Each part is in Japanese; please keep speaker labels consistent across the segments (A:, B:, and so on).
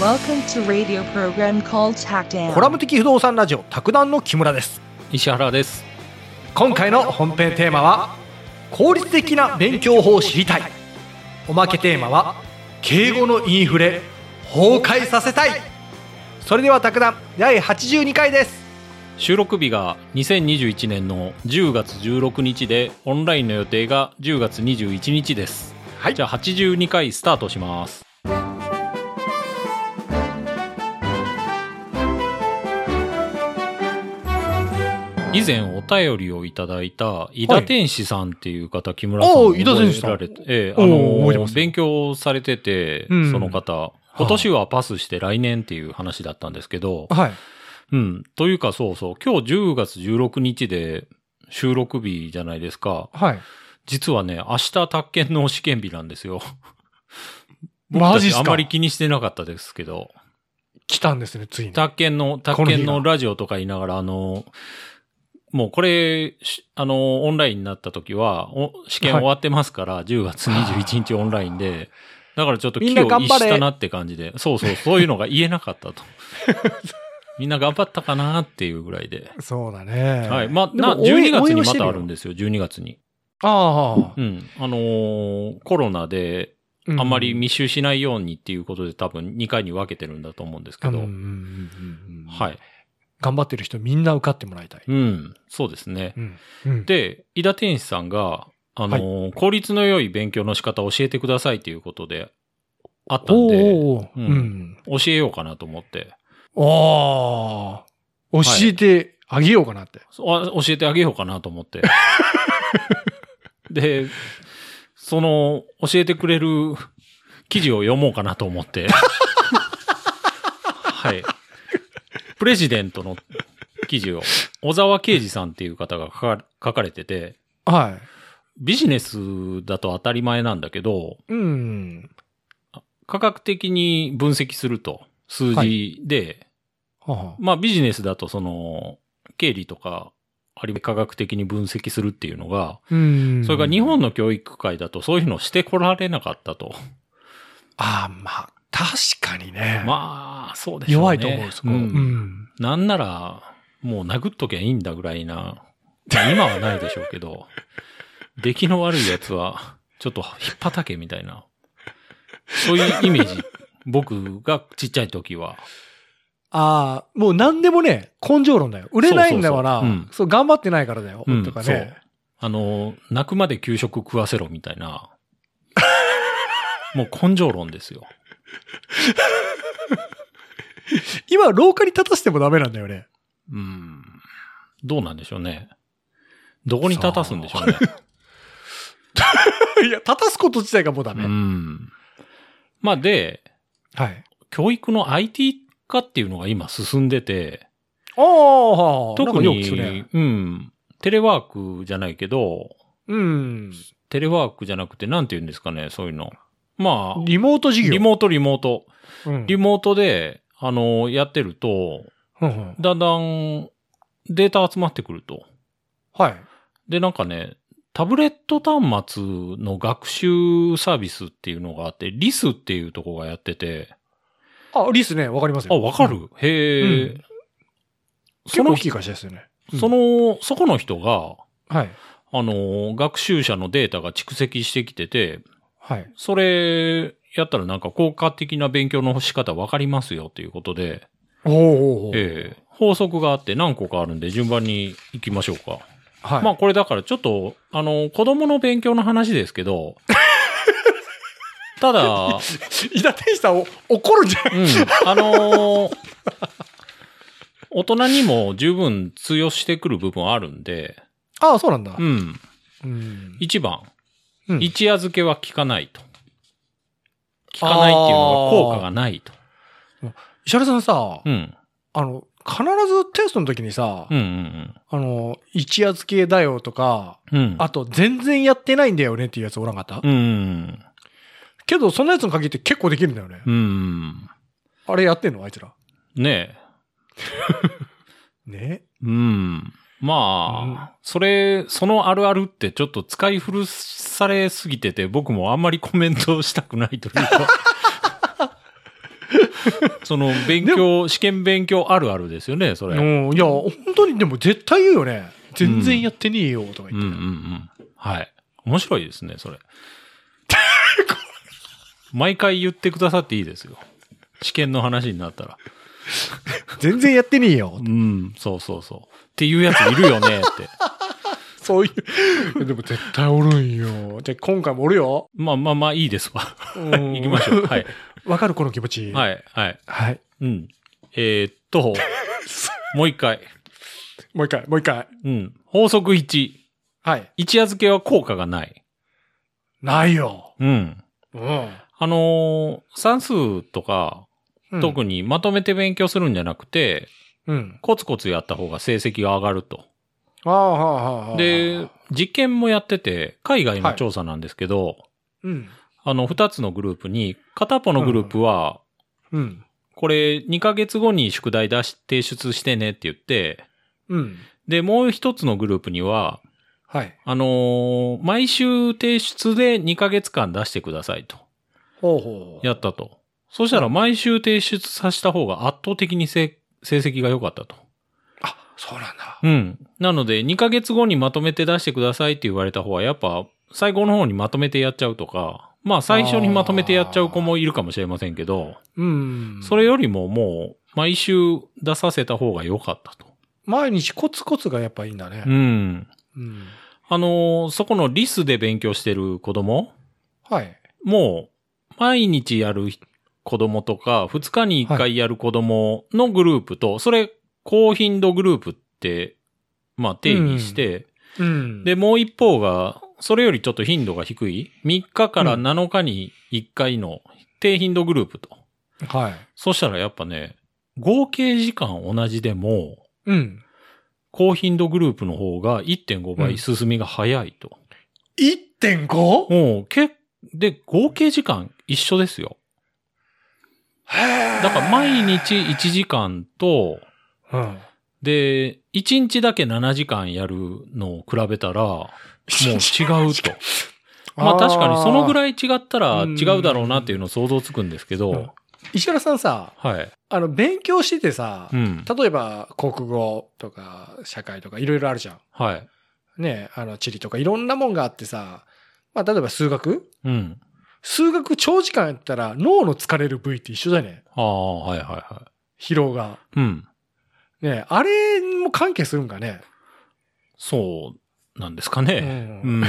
A: Welcome to radio program called Hackdown.
B: コラム的不動産ラジオ卓談の木村です
C: 石原です
B: 今回の本編テーマは効率的な勉強法を知りたいおまけテーマは敬語のインフレ崩壊させたいそれでは卓談第82回です
C: 収録日が2021年の10月16日でオンラインの予定が10月21日です
B: はい
C: じゃあ82回スタートします以前お便りをいただいた井田天使さんっていう方、木村さん
B: おう
C: 覚
B: 井田天使
C: え
B: さん
C: られて、ええ
B: お
C: あ
B: う
C: の
B: 覚えてます
C: 勉強されてて、
B: うん
C: その方今年はパスして来年っていう話だったんですけど、
B: はい
C: うん。というかそうそう、今日10月16日で収録日じゃないですか。
B: はい
C: 実はね、明日宅建の試験日なんですよ。
B: マジっす
C: あ
B: か
C: んまり気にしてなかったですけど。
B: 来たんですねついに
C: 宅建の、宅建のラジオとか言いながら、あの、もうこれ、しあの、オンラインになった時は、お試験終わってますから、10月21日オンラインで、だからちょっと
B: みん
C: 気
B: な
C: を
B: 頑
C: 逸
B: 張れ
C: したなって感じで、そうそう、そういうのが言えな かったと。みんな頑張ったかなっていうぐらいで。
B: そうだね
C: はい。まあ、
B: でも
C: な、
B: 応援
C: 12月
B: 応
C: に
B: 援はし
C: ま
B: てる
C: た
B: よ
C: あるんですよ、12月に。
B: ああ
C: うん。あのーコロナで、あんまり密集しないようにっていうことで多分2回に分けてるんだと思うんですけ
B: うんう
C: ど。
B: んうんうんうん
C: はい。
B: 頑張ってる人みんな受かってもらいたい、
C: うん。そうですね。
B: うんうん
C: で、井田天使さんが、あのー効率の良い勉強の仕方を教えてくださいっていうことで、あったん
B: お
C: で、
B: ーおー
C: うん
B: うん
C: 教えようかなと思って。
B: ああ、教えてあげようかなって。
C: そうあ教えてあげようかなと思って。で、その、教えてくれる記事を読もうかなと思って。はい。プレジデントの記事を、小沢啓二さんっていう方が書か書かれてて、
B: は
C: ビジネスだと当たり前なんだけど、
B: い。うん。
C: 科学的に分析すると、数
B: は
C: 字で、
B: は
C: まあビジネスだとその、経理とか、あるいは科学的に分析するっていうのが、
B: あ、うん。
C: それが日。本の教育界だとそういうのをしてこられなかったと。
B: ああ、まあ、確かにね。
C: まあ、そうでしょ
B: 弱
C: うね。
B: いと思う、そこ。うんん。
C: なんなら、もう殴っときゃいいんだぐらいな。まあ今はないでしょうけど、 出来の悪いやつは、ちょっと引っ叩けみたいな。そういうイメージ。僕がちっちゃい時は。
B: ああ、もう何でもね、根性論だよ。売れないんだから、
C: そ
B: そうう
C: そうそううん
B: 頑張ってないからだよ。
C: うん
B: とか
C: そう
B: ね。
C: あの、泣くまで給食食わせろみたい な。もう根性論ですよ。
B: 今、廊下に立たせてもダメなんだよね。
C: うん。どうなんでしょうね。どこに立たすんでしょうね。
B: いや、立たすこと自体がもうダメ。
C: うん。まあで、
B: はい。
C: 教育の IT 化っていうのが今進んでて、
B: ああ、
C: 特
B: なんかよく
C: に、
B: 聞くね。
C: うん、テレワークじゃないけど、
B: うん。
C: テレワークじゃなくて、なんて言うんですかね、そういうの。まあ、
B: リモート授業。
C: リモート、リモート。
B: うん
C: リモートで、あの、やってると、
B: うんうん
C: だんだんデータ集まってくると。
B: はい。
C: で、なんかね、タブレット端末の学習サービスっていうのがあって、リスっていうとこがやってて、
B: あ、リスね、わかります
C: あ、
B: よ。
C: わかる、へえ、
B: うん
C: そ
B: 結構
C: の
B: 大きい会社ですよね。うん
C: その、そこの人が、
B: はい。
C: あの、学習者のデータが蓄積してきてて、
B: はい。
C: それやったらなんか効果的な勉強の仕方わかりますよということで、
B: おーおーおー
C: ええ法則があって何個かあるんで順番に行きましょうか。
B: はい。
C: まあこれだからちょっと、あの、子供の勉強の話です けど、ただ、
B: 伊田天使さんを怒るんじゃない
C: うん、あのー大人にも十分通用してくる部分あるんで、
B: ああ、そうなんだ
C: う。ん。
B: うん。
C: 1番、
B: うん
C: 一夜漬けは効かないと。効かないっていうのは効果がないと。
B: 石原さんさ、
C: うん。
B: あの、必ずテストの時にさ、
C: うんうん
B: あの、一夜漬けだよとか、
C: うん。うん。
B: あと、全然やってないんだよねっていうやつおらんかった、
C: うんうん
B: けど、そんなやつの限って結構できるんだよね。
C: うん。うん。
B: あれやってんのあいつら。
C: ねえ。
B: ね。
C: うん。まあ、それ、そのあるあるってちょっと使い 古されすぎてて、僕もあんまりコメントしたくないというか。その、勉強、試験勉強あるあるですよね、それ。
B: うん、いや、本当にでも絶対言うよね。全然やってねえよ、とか
C: う
B: 言
C: ん
B: っ
C: う
B: て。
C: んうん。はい。面白いですね、それ。 毎回言ってくださっていいですよ。試験の話になったら。
B: 全然やってねえよ
C: う。ん、そうそうそう。っていうやついるよね、って。
B: そういう。でも絶対おるんよ。じゃあ今回もおるよ。
C: まあまあまあ、いいですわ。
B: 行
C: 行きましょう。はい。。
B: わかるこの気持ち。い。
C: はい、はい。
B: はい。
C: うん。えーっと、 もう一回。
B: もう一回、もう一回。
C: うん。法則1。
B: はい。
C: 一夜漬けは効果がない。
B: ないよ。
C: うん。
B: うん。
C: あのー算数とか、特にまとめて勉強するんじゃなくて、
B: うん。
C: コツコツやった方が成績が上がると。
B: ああ、はあ、はあはあ。
C: で、、実験もやってて、海外の調査なんですけど、
B: うん。
C: あの、二つのグループに、片っぽのグループは、
B: うん。
C: これ2ヶ月後に宿題出し、提出してねって言って、
B: うん。
C: で、もう一つのグループには、
B: はい。
C: あのー毎週提出で2ヶ月間出してくださいと。
B: ほうほう。
C: やったと。そしたら毎週提出させた方が圧倒的にせ成績が良かったと。
B: あ、そうなんだ。
C: うん。なので、2ヶ月後にまとめて出してくださいって言われた方は、やっぱ、最後の方にまとめてやっちゃうとか、まあ最初にまとめてやっちゃう子もいるかもしれませんけど、
B: うん。
C: それよりももう、毎週出させた方が良かったと。
B: 毎日コツコツがやっぱいいんだ
C: う
B: ね。
C: ん。
B: うん。
C: あのーそこのリスで勉強してる子供
B: はい。
C: もう、毎日やる子供とか、2日に1回やる子供のグループと、それ、高頻度グループって、まあ定義して、
B: うん。
C: で、、もう一方が、それよりちょっと頻度が低い、3日から7日に1回の低頻度グループと。
B: はい。
C: そしたらやっぱね、合計時間同じでも、
B: うん。
C: 高頻度グループの方が1.5
B: うん
C: 倍進みが早いと。
B: 1.5?
C: もう、け、で、合計時間一緒ですよ。だ
B: だ
C: から毎日1時間と、
B: うん。
C: で、1日だけ7時間やるのを比べたら、もう違 うと。まあ確かにそのぐ
B: い。
C: らい違ったら違うだろうなっていうの想像つくんですけ
B: うん
C: ど、
B: 石原さんさ、
C: はい。
B: あの、勉強しててさ、
C: うん。
B: 例えば国語とか社会とかいろいろあるじゃ
C: はい。
B: ん。ねあの、地理とかいろんなもんがあってさ、まあ例えば数学
C: うん。
B: 数学長時間やったら脳の疲れる部位って一緒だよね。
C: ああ、はいはいは
B: 疲労が。
C: い。うん。
B: ねあれも関係するんかね。
C: そうなんですかね。
B: う
C: うんん。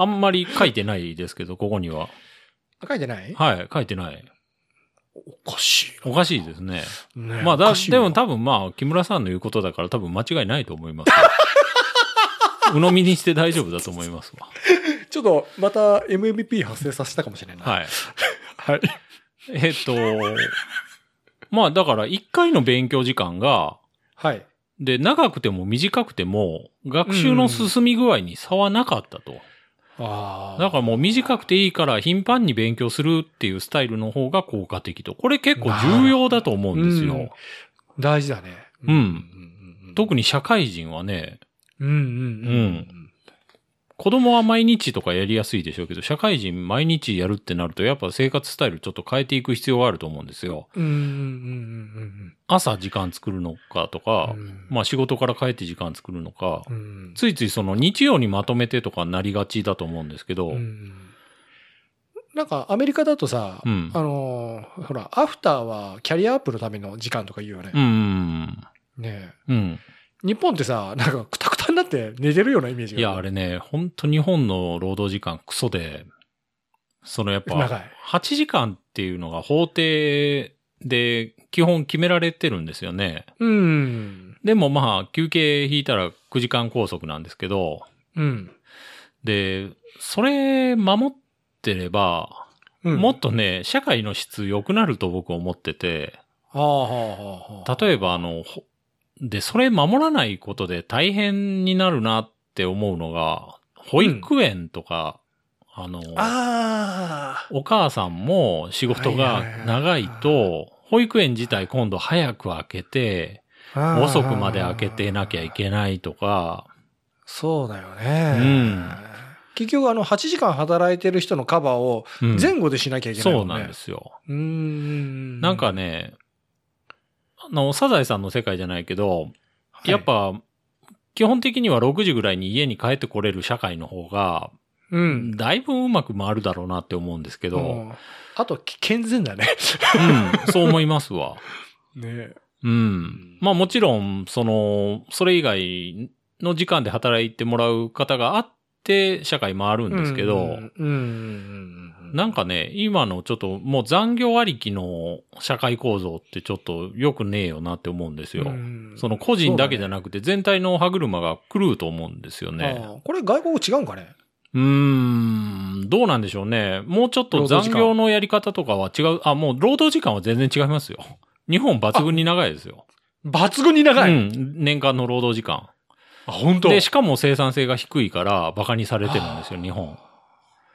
C: あんまり書いてないですけど、ここには。
B: 書いてない
C: はい、書いてない。
B: おかし
C: おかしいですね。
B: い。ね
C: まあ、
B: お
C: だ、
B: かしいよ
C: でも多分まあ、木村さんの言うことだから多分間違いないと思います。 鵜呑みにして大丈夫だと思いますわ。
B: ちょっとまた MVP 発生させたかもしれない。い。
C: はい。
B: はい。
C: えっと、まあだから1回の勉強時間が、
B: はい。
C: で、長くても短くても、学習の進み具合に差はなかったと。
B: ああ。
C: だからもう短くていいから頻繁に勉強するっていうスタイルの方が効果的と。これ結構重要だと思うんです
B: うん
C: よ。
B: 大事だね。
C: うん
B: うん
C: 特に社会人はね、
B: うんうんうんうん。
C: 子供は毎日とかやりやすいでしょうけど、社会人毎日やるってなると、やっぱ生活スタイルちょっと変えていく必要があると思うんですよ。
B: うんうんうん
C: 朝時間作るのかと
B: うん
C: か
B: う、ん。
C: まあ仕事から帰って時間作るのか、
B: うん、
C: ついついその日曜にまとめてとかなりがちだと思うんですけど、
B: う
C: うん。
B: んなんかアメリカだとさ、
C: うん
B: あのーほら、アフターはキャリアアップのための時間とか言うよね。
C: うん。
B: ねえ
C: うん。
B: 日本ってさ、なんかくたくたになって寝てるようなイメージが。
C: いや、あれ。ね、ほんと日本の労働時間クソで、そのやっ
B: 長
C: ぱ、
B: い。
C: 8時間っていうのが法定で基本決められてるんですよね。
B: うん。
C: でもまあ、休憩引いたら9時間拘束なんですけど、
B: うん。
C: で、それ守ってれば、
B: うん、
C: もっとね、社会の質良くなると僕思ってて、
B: ああ、はあ、はあはあ。
C: 例えばあの、ほで、それ守らないことで大変になるなって思うのが、保育園とか、あの、
B: ああ。
C: お母さんも仕事が長い
B: はいは
C: と、保育園自体今度早く開けて、遅くまで開けてなきゃい
B: ない。
C: けないとか、
B: そうだよね。
C: うん
B: 結局あの8時間働いてる人のカバーを
C: うん
B: 前後でしなきゃいけないも
C: そうん
B: ね。
C: なんですよ。
B: うーん。
C: なんかね、あの、サザエさんの世界じゃないけど、
B: はい、
C: やっぱ、基本的には6時ぐらいに家に帰ってこれる社会の方が、
B: うん。
C: だいぶうまく回るだろうなって思うんですけど、うん、
B: んあと、健全 だね。
C: そう思いますわ。
B: ね
C: うん。まあもちろん、その、それ以外の時間で働いてもらう方があって、社会回るんですけど、
B: うんうんうんうん。
C: なんかね、今のちょっともう残業ありきの社会構造ってちょっと良くねえよなって思うんですよ。
B: うん
C: その個人だけじゃなくて全体の歯車が狂うと思うんですよ
B: あ
C: ね。
B: あこれ外国語違うんかね
C: うーん、どうなんでしょうね。もうちょっと残業のやり方とかは違う。あ、もう労働時間は全然違いますよ。日本抜群に長いですよ。
B: 抜群に
C: う
B: 長い。
C: ん、年間の労働時間。
B: あ、本当
C: で、しかも生産性が低いから馬鹿にされてるんですよ、日本。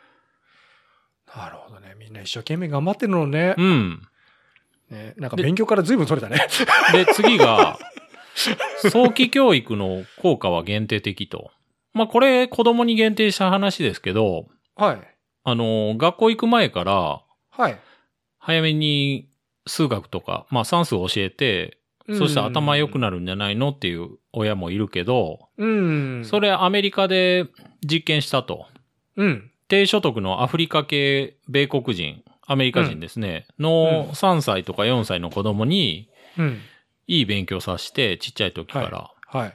B: なるほどね。みんな一生懸命頑張ってるのね。
C: うん。
B: ねなんか勉強から随分それたね。
C: で、次が、 早期教育の効果は限定的と。まあ、これ、子供に限定した話ですけど、
B: はい。
C: あの、学校行く前から、
B: はい。
C: 早めに数学とか、まあ、算数を教えて、そしたら頭良く
B: な
C: なるんじゃないのっていう親もいるけど、
B: うん。
C: それアメリカで実験したと。
B: うん。
C: 低所得のアフリカ系米国人、アメリカ人ですね、の
B: うん
C: 3歳とか4歳の子供に、
B: うん。
C: いい勉強させて、ちっちゃい時から。
B: はい。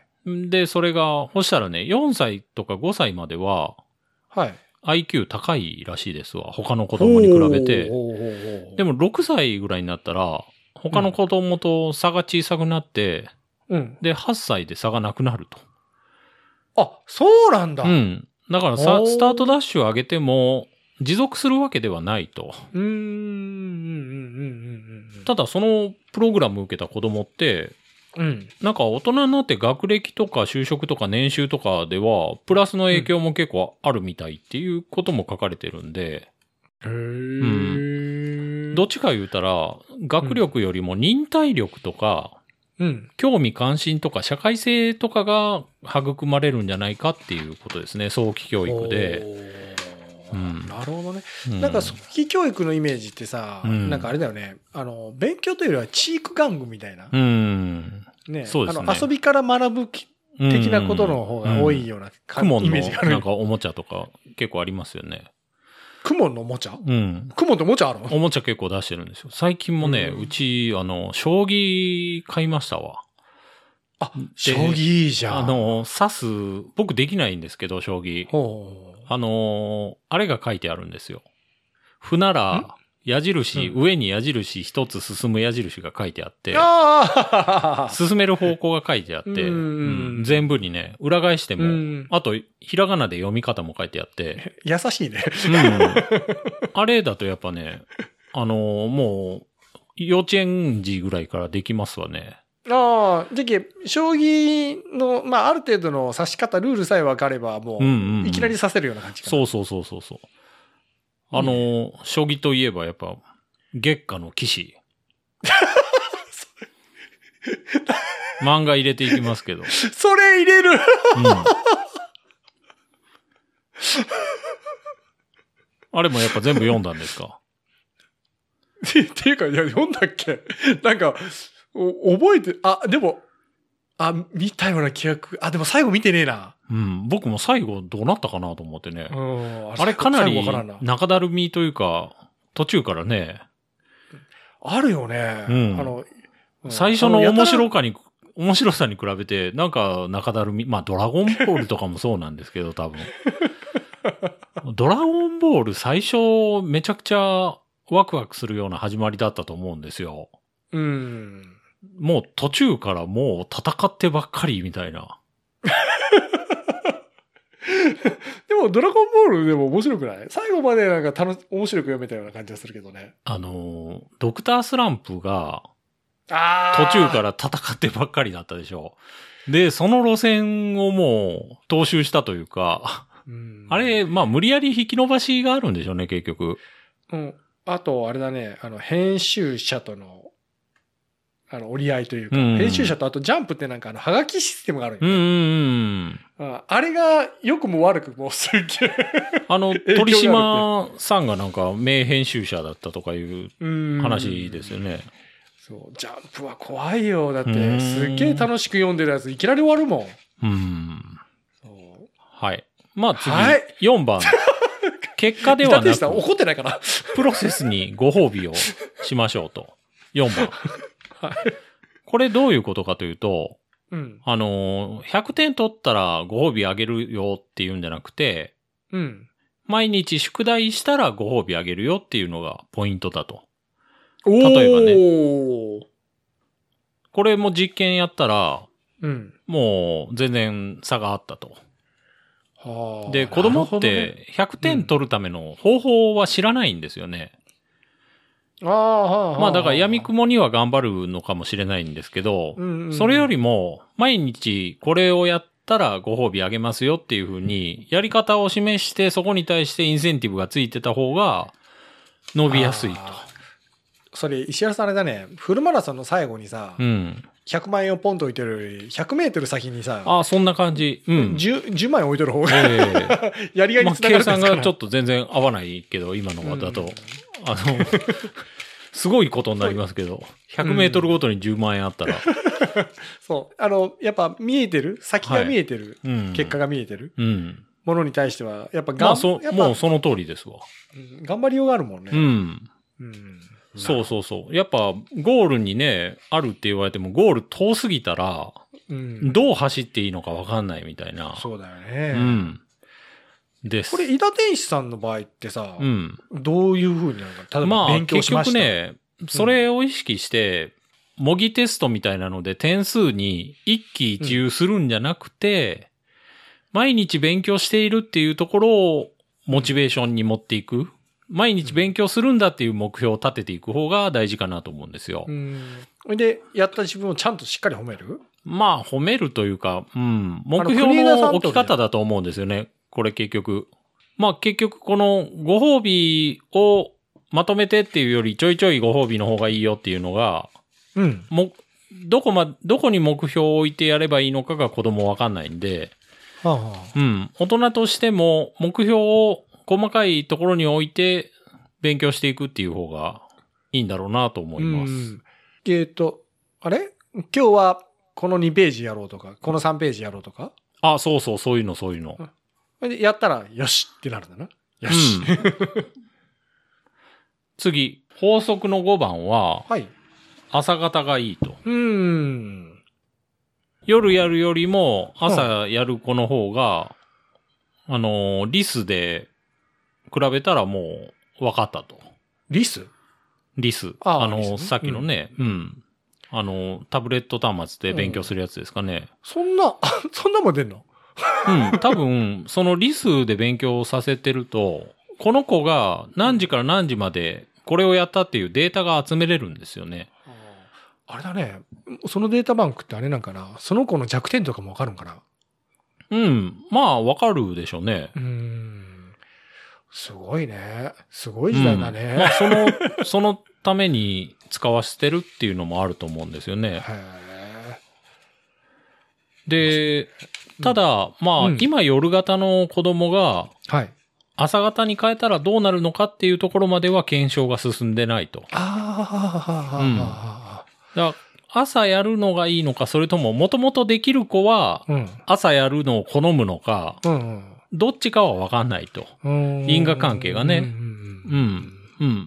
C: で、それが、ほしたらね、4歳とか5歳までは、
B: はい。
C: IQ 高いらしいですわ。他の子供に比べて。
B: ほうほうほうほう
C: で、も6歳ぐらいになったら、他の子供と差が小さくなって、
B: うん。
C: で、8歳で差がなくなると。
B: あ、そうなんだ。
C: う。
B: うん
C: だからさ
B: おー
C: スタートダッシュを上げても、持続するわけではないと。
B: ーん。うん。うん。うん。うん。
C: ただ、そのプログラム受けた子供って、
B: うん。
C: なんか大人になって学歴とか就職とか年収とかでは、プラスの影響も結構あるみたいっていうことも書かれてるんで、
B: へー
C: どっちか言うたら、学力よりも忍耐力とか、
B: うん。
C: 興味関心とか社会性とかが育まれるんじゃないかっていうことですね、早期教育で。
B: おー
C: うん
B: なるほどね。
C: う
B: なんか、早期教育のイメージってさ、
C: うん
B: なんかあれだよね。あの、勉強というよりは知育玩具みたいな
C: う。ん。
B: ね。
C: そうです
B: あ
C: ね
B: の、遊びから学ぶき的なことの方が多い
C: よ。
B: ような
C: ク
B: 感
C: モン
B: イ
C: の
B: メージがあ
C: なん
B: る。
C: かおもちゃとか結構ありますよね。
B: クモンのおもちゃ
C: うん。
B: クモンっておもちゃあるの
C: おもちゃ結構出してるんですよ。最近もね、
B: う
C: うんち、あの、将棋買いましたわ。
B: あ、将棋いいじゃん。
C: あ、の、指す、僕できないんですけど、将棋。
B: ほう。
C: あのーあれが書いてあるんですよ。歩なら、矢印、
B: う
C: 上に矢印、一つ進む矢印が書いてあって、
B: ああ
C: 進める方向が書いてあって、
B: うん
C: うん全部にね、裏返して
B: う
C: も、
B: ん。
C: あと、ひらがなで読み方も書いて あって、
B: 優しいね。
C: うんあれだとやっぱね、あのーもう、幼稚園児ぐらいからできますわね。
B: ああ、じゃけ、将棋の、まあ、ある程度の指し方、ルールさえ分かれば、もう、
C: うんうんうん
B: いきなり指せるような感じかな。
C: そうそうそうそうそう。あのー将棋といえばやっぱ、月下の 騎士。漫画入れていきますけど。うん
B: それ入れる
C: あれもやっぱ全部読んだんですか
B: っていうか、いや、読んだっけなんか、お覚えて、あ、でも、あ、見たような気がく、あ、でも最後見てねえな。
C: うん。僕も最後どうなったかなと思ってね。
B: うん
C: あれかな
B: 最後
C: り
B: わからんな
C: 中だるみというか、途中からね、
B: あるよね。
C: うん
B: あの、うん
C: 最初の
B: あやた
C: 面
B: ら
C: 白かに、面白さに比べて、なんか中だるみ、まあドラゴンボールとかもそうなんですけど、多 分。ドラゴンボール最初めちゃくちゃワクワクするような始まりだったと思うんですよ。
B: うん。
C: もう途中からもう戦ってばっかりみたいな。
B: でも、ドラゴンボールでも面白くない最後までなんか楽し、面白く読めたような感じがするけどね。
C: あのー、ドクタースランプが
B: あ。
C: 途中からら戦ってばっかりだったでしょ。で、その路線をもう踏襲したというか、
B: うん
C: あれ、まあ無理やり引き伸ばしがあるんでしょうね、結局。
B: うん。あと、あれだね、あの、編集者との、あの、折り合いというか、
C: うん
B: 編集者とあとジャンプってなんかあの、はがきシステムがあるんよ
C: うんう
B: ね
C: んうん。
B: ああれが良くも悪くもすっげえ。
C: あ
B: 響があ
C: の、
B: るって
C: 鳥島さんがなんか名編集者だったとかいう
B: うん
C: 話ですよね。
B: そう、ジャンプは怖いよ。だって、
C: うん
B: すっげえ楽しく読んでるやつ、いきなり終わるもん。
C: うん。
B: そう
C: はい。まあ次、
B: はい
C: 4番。 結果で
B: 伊
C: は
B: 達
C: な
B: さん
C: く、
B: 怒ってないかな
C: プロセスにご褒美をしましょうと。4番。
B: はい
C: これどういうことかというと、
B: うん。
C: あのー、100点取ったらご褒美あげるよっていうんじゃなくて、
B: うん。
C: 毎日宿題したらご褒美あげるよっていうのがポイントだと。
B: お
C: 例えばね
B: ね。
C: これも実験やったら、
B: うん。
C: もう全然差があったと。
B: はあ
C: で、子供
B: なるほ
C: っ
B: どね
C: て100点取るための方法は知らないんですよね。
B: あーはあはあ
C: まあだから闇雲には頑張るのかもしれないんですけど、
B: うんうん
C: それよりも毎日これをやったらご褒美あげますよっていうふうにやり方を示してそこに対してインセンティブがついてた方が伸びやすいと。
B: あーそれ石原さんあれだねフルマラソンの最後にさ、
C: うん。
B: 100万円をポンと置いてるより100メートル先にさ、
C: ああ、そんな感じ。うん。
B: 10, 10万円置いてる方が
C: ええ
B: やりがい
C: ま
B: に
C: あ、
B: つながる
C: 計
B: んですか
C: 算
B: ら、
C: がちょっと全然合わないけど、今の方だと、
B: うん
C: あの、すごいことになりますけど、100メートルごとに10万円あったら、
B: そうあのやっぱ見えてる先が見えてる、
C: うん
B: 結果が見えてる
C: うん。
B: ものに対してはやっぱがん
C: まあ、そ
B: や、っぱ
C: もうその通りですわ。
B: うん頑張りようがあるもんね、
C: うん。
B: うん
C: そうそうそう。やっぱ、ゴールにね、あるって言われても、ゴール遠すぎたら、
B: うん
C: どう走っていいのかわかんないみたいな。
B: そうだよね、
C: うん。です。
B: これ、伊田天使さんの場合ってさ、
C: うん。
B: どういうふうになるの例えば
C: まあ、
B: 勉強
C: 結
B: しまし
C: 局
B: た、
C: ね、それを意識して、模擬テストみたいなので点数に一喜一憂するんじゃなくて、毎日勉強しているっていうところをモチベーションに持っていく。毎日勉強するんだっていう目標を立てていく方が大事かなと思うんですよ。
B: うんそれでやった自分をちゃんとしっかり褒める
C: まあ、褒めるというか、うん、目
B: 国
C: 標
B: 枝さんと
C: の
B: ね
C: 置き方だと思うんですよね。これ結局。まあ結局このご褒美をまとめてっていうよりちょいちょいご褒美の方がいいよっていうのが、
B: うん
C: も、どこま、どこに目標を置いてやればいいのかが子供わかんないんで、
B: はあは
C: うん、大人としても目標を細かいところに置いて勉強していくっていう方がいいんだろうなと思います。
B: うんえっ、と、あれ今日はこの2ページやろうとか、この3ページやろうとか。
C: あ、そうそう、そういうの、そういうの。
B: それでやったら、よしってなるんだな。よし。
C: うん 次、法則の5番は、
B: はい。
C: 朝方がいいと。
B: うーん。
C: 夜やるよりも、朝やる子の方が、あのー、リスで比べたらもう分かったと。
B: リス
C: リス。
B: あ
C: あ
B: あ
C: のー
B: リスね
C: さっきのね、うん、あのー、タブレット端末で勉強するやつですかね。
B: そんな、 あそんなもん出んの
C: うん、多分、そのリスで勉強させてると、この子が何時から何時までこれをやったっていうデータが集めれるんですよね。
B: あれだね。そのデータバンクってあれなんかなその子の弱点とかもわかるんかな
C: うん。まあ、わかるでしょうね。
B: うーん。すごいね。すごい時代だ
C: うんまあ、
B: ね。
C: その、 そのために使わせてるっていうのもあると思うんですよね。
B: へ
C: で、ただ、まあ、
B: うん
C: 今夜型の子供が
B: ーはい。
C: 朝型に変えたらどうなるのかっていうところまでは検証が進んでないと。
B: あ
C: だから朝やるのがいいのか、それとも、もともとできる子は
B: あ。、うん。
C: 朝やるのを好むのか、
B: うん
C: どっちかはわかんないと。
B: うん。
C: 因果関係がね
B: うんうんう
C: う
B: ん
C: ん。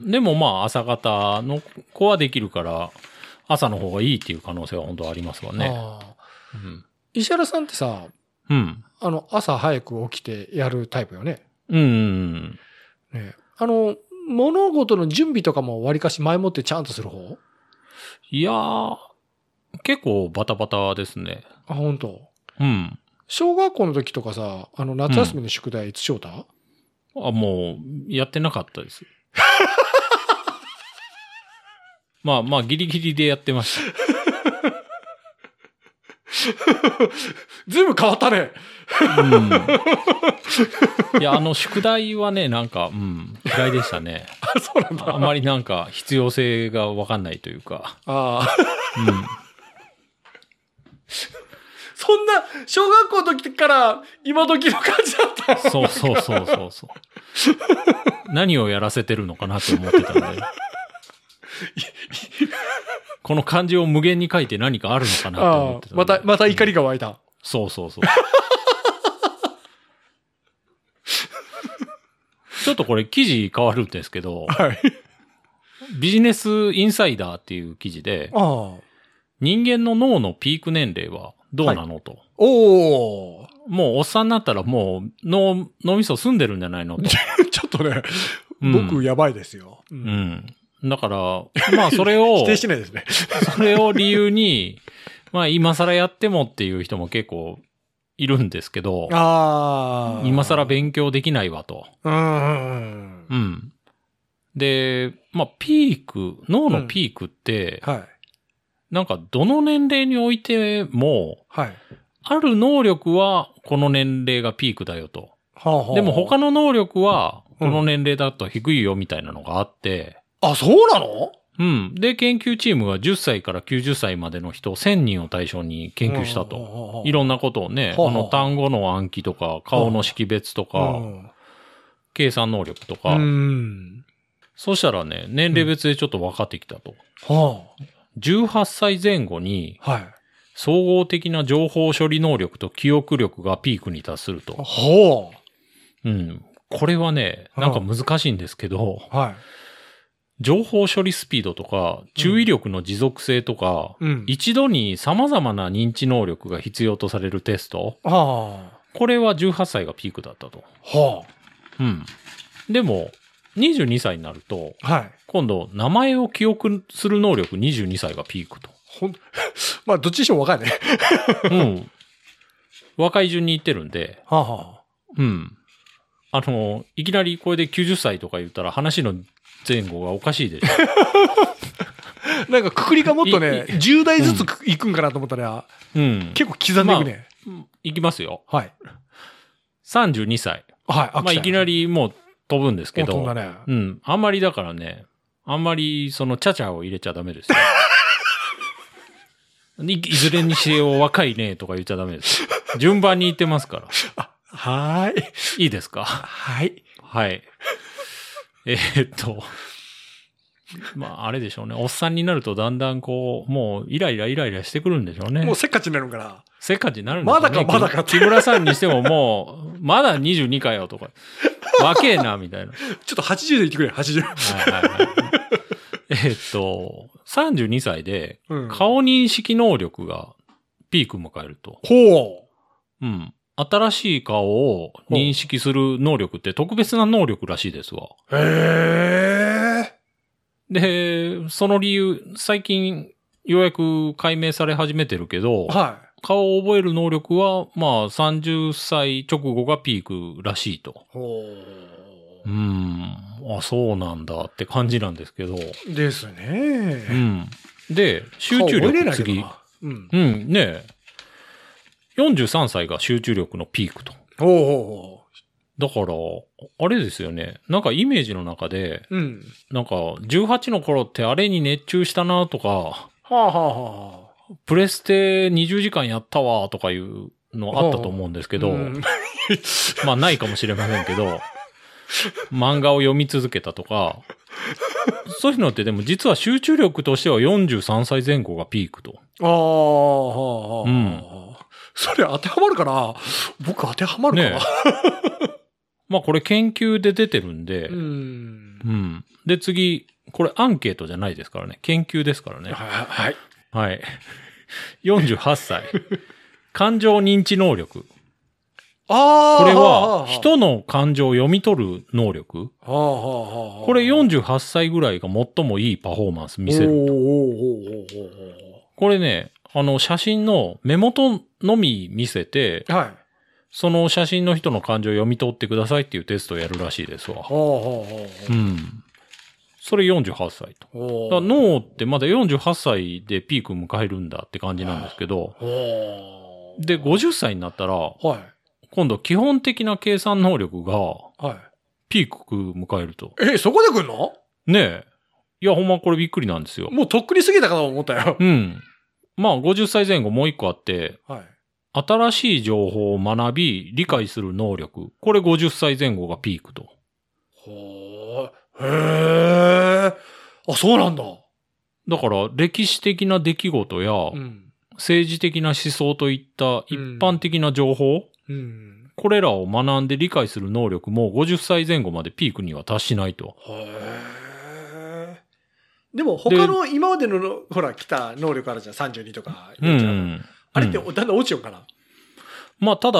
C: うん。でもまあ、朝方の子はできるから、朝の方がいいっていう可能性は本当ありますわね。
B: ああ石原さんってさ、
C: うん。うん。
B: あの、朝早く起きてやるタイプよね。
C: うん。
B: ねあの、物事の準備とかもわりかし前もってちゃんとする方
C: いやー、結構バタバタですね。
B: あ、本当。
C: うん。
B: 小学校の時とかさ、あの、夏休みの宿題いつしようた、
C: あ、もう、やってなかったです。まあまあ、ギリギリでやってまし
B: ずいぶん変わったね。
C: いや、あの、宿題はね、なんか、うん、嫌いでしたね。
B: あ、 そうなんだ。
C: あまりなんか、必要性がわかんないというか。
B: ああ。
C: うん。
B: そんな、小学校の時から今時の感じだった。
C: そうそうそうそうそう。何をやらせてるのかなと思ってたんで。この漢字を無限に書いて何かあるのかなと思
B: あ
C: って
B: あ
C: たんで
B: また、また怒りが湧いた。
C: そうそうそう。ちょっとこれ記事変わるんですけど、
B: はい。
C: ビジネスインサイダーっていう記事で、
B: ああ。
C: 人間の脳のピーク年齢はどうなのと。
B: おお。
C: もうおっさんになったらもう脳、脳みそ済んでるんじゃないのと。
B: ちょっとね、
C: うん
B: 僕やばいですよ。う
C: うんん。だから、まあそれを、
B: 否定しないですね。
C: それを理由に、まあ今更やってもっていう人も結構いるんですけど、
B: ああ。
C: 今更勉強できないわと。
B: うん。
C: うん。で、まあピーク、脳のピークって、
B: はい。
C: なんかどの年齢においても、
B: はい。
C: ある能力はこの年齢がピークだよと。
B: はあはあ
C: でも他の能力は
B: う
C: こ
B: ん
C: の年齢だと低いよみたいなのがあって、
B: あ、そうなの
C: うん。で、研究チームは10歳から90歳までの人1000人を対象に研究した
B: と
C: と。いろんなことをね、
B: はあ
C: あの単語の暗記とか、顔の識別とか、計算能力と
B: う
C: か、
B: ん。
C: そうしたらね、年齢別でちょっと分かってきたと。
B: は
C: 18歳前後に、
B: あ。はい。
C: 総合的な情報処理能力と記憶力がピークに達すると。
B: ほ
C: うん。これはね、なんか難しいんですけど、
B: う。はい。
C: 情報処理スピードとか、注意力の持続性とか、
B: うん。
C: 一度に様々な認知能力が必要とされるテスト、
B: は
C: これは18歳がピークだったと。
B: あ。は
C: うん。でも、22歳になると、
B: あ。はい。
C: 今度、名前を記憶する能力22歳がピークと。
B: ほん、まあ、どっちにしても若いね。
C: うん。若い順に言ってるんで、
B: はあは
C: うん。あの、いきなりこれで90歳とか言ったら話の前後がおかしいでし ょ。
B: あ。なんか、くくりがもっとね、
C: い
B: 10代ずつくいくんかなと思ったら、
C: うん。
B: 結構刻んでいくね。
C: いきますよ。
B: はい。
C: 32歳。
B: はい。
C: まあ、いきなりもう飛ぶんですけ
B: 本当
C: ど、
B: だね。
C: うん。あんまりだからね、あんまりそのチャチャを入れちゃダメですよ。 いいずれにしよう若いねとか言っちゃダメです。順番に言ってますから。
B: はーい。
C: いいですか
B: はい。
C: はい。えーっと。まあ、あれでしょうね。おっさんになるとだんだんこう、もうイライライライラしてくるんでしょうね。
B: もうせっかちになるから。
C: せっかちになるんでしょうね。
B: まだかまだかって
C: 木村さんにしてももう、まだ22かよとか。若えな、みたいな。
B: ちょっと80で言ってくれ、80。
C: はいはいはい。えーっと、32歳で
B: うん。
C: 顔認識能力がピーク迎えると。
B: ほ
C: うん。新しい顔を認識する能力って特別な能力らしいですわ。
B: う。へえ。
C: で、その理由、最近、ようやく解明され始めてるけど、
B: は
C: 顔を覚える能力は、まあ、30歳直後がピークらしいと。
B: い。ほ
C: うーん、あ、そうなんだって感じなんですけど、
B: う。ですね。
C: うん。で、集中
B: 顔覚えれな
C: 力
B: いけど
C: 次。
B: なうん。
C: うん、ねえ。43歳が集中力のピークと。
B: ほうほ
C: だから、あれですよね。なんかイメージの中で、
B: うほう。うん。
C: なんか18の頃ってあれに熱中したなとか、
B: はあはあはあ。
C: プレステ20時間やったわとかいうのあったと思うんですけ
B: け
C: ど、まあないかもしれませんけど、漫画を読み続けたとか、そういうのってでも実は集中力としては43歳前後がピークと。
B: ああ、はあ、はあ。
C: うん
B: それ当てはまるかな僕当てはまるかな、
C: ねえまあこれ研究で出てるんで、
B: うん
C: う。ん。で次、これアンケートじゃないですからね。研究ですからね。
B: はいはい。
C: はい。48歳。感情認知能力。
B: ああ。
C: これは人
B: は
C: の感情を読み取る能力。
B: あはあはあ。
C: これ48歳ぐらいが最もいいパフォーマンス見せ
B: おーお
C: る。
B: ーおーおーお
C: これね、あの写真の目元のみ見せて、
B: ーはい。は
C: その写真の人の感情を読み取ってくださいっていうテストをやるらしいですわ
B: あ。はあはあは
C: うん。それ48歳と。だから
B: おー
C: 脳ってまだ48歳でピーク迎えるんだって感じなんですけど、
B: おー
C: で、50歳になったら、
B: はい。
C: 今度基本的な計算能力が
B: はい。
C: ピーク迎えると。
B: え、そこで来んの
C: ねえ。いや、ほんまこれびっくりなんですよ。
B: もうとっくに過ぎたかと思った よ。
C: うん。まあ、50歳前後もう一個あって、
B: はい。
C: 新しい情報を学び、理解する能力。これ50歳前後がピークと。
B: ほー。へー。あ、そうなんだ。
C: だから、歴史的な出来事や、
B: ん。
C: 政治的な思想といった一般的な情報、
B: うん。
C: これらを学んで理解する能力も50歳前後までピークには達しないと。
B: へー。でも他の今までのの、ほら、来た能力あるじゃん。32とか。
C: うんうん。
B: あれって
C: うん
B: だんだん落ちようかな。
C: まあ、ただ、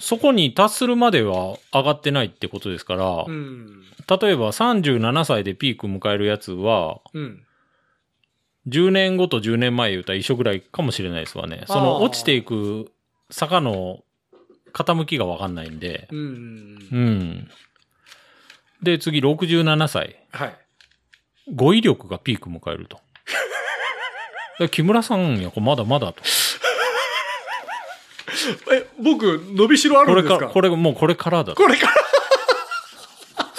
C: そこに達するまでは上がってないってことですから、
B: うん。
C: 例えば37歳でピーク迎えるやつは、
B: うん。
C: 10年後と10年前言うたら一緒ぐらいかもしれないですわね。そ
B: あ
C: の
B: ー
C: 落ちていく坂の傾きがわかんないんで。
B: うん
C: う。ん。で、次67歳。
B: はい。
C: 語彙力がピーク迎える と。だから木村さんやこまだまだと。
B: え、僕、伸びしろあ
C: こ
B: る
C: れ
B: んです
C: か、
B: から
C: これもうこれからだと。
B: これから、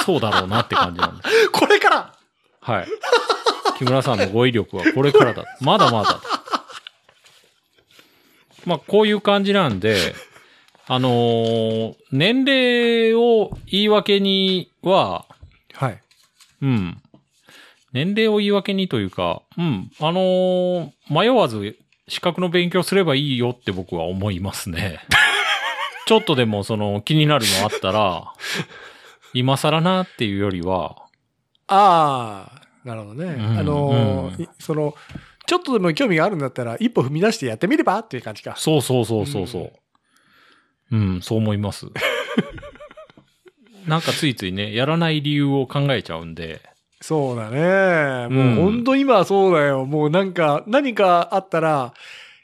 C: そうだろうなって感じなんです。
B: これから。
C: はい。木村さんの語彙力はこれからだ。まだまだ。まあ、こういう感じなんで、あのー年齢を言い訳には、
B: はい。
C: うん。年齢を言い訳にというか、うん。あのー迷わず資格の勉強すればいいよって僕は思います ね。ちょっとでもその気になるのあったら、今更なっていうよりは、
B: ああ、なるほどね。
C: うん
B: あのー、
C: うん
B: いその、ちょっとでも興味があるんだったら、一歩踏み出してやってみればっていう感じか。
C: そうそうそうそうそう。うん、そう思います。なんかついついね、やらない理由を考えちゃうんで、
B: そうだね。もううん本当今はそうだよ。もうなんか、何かあったら、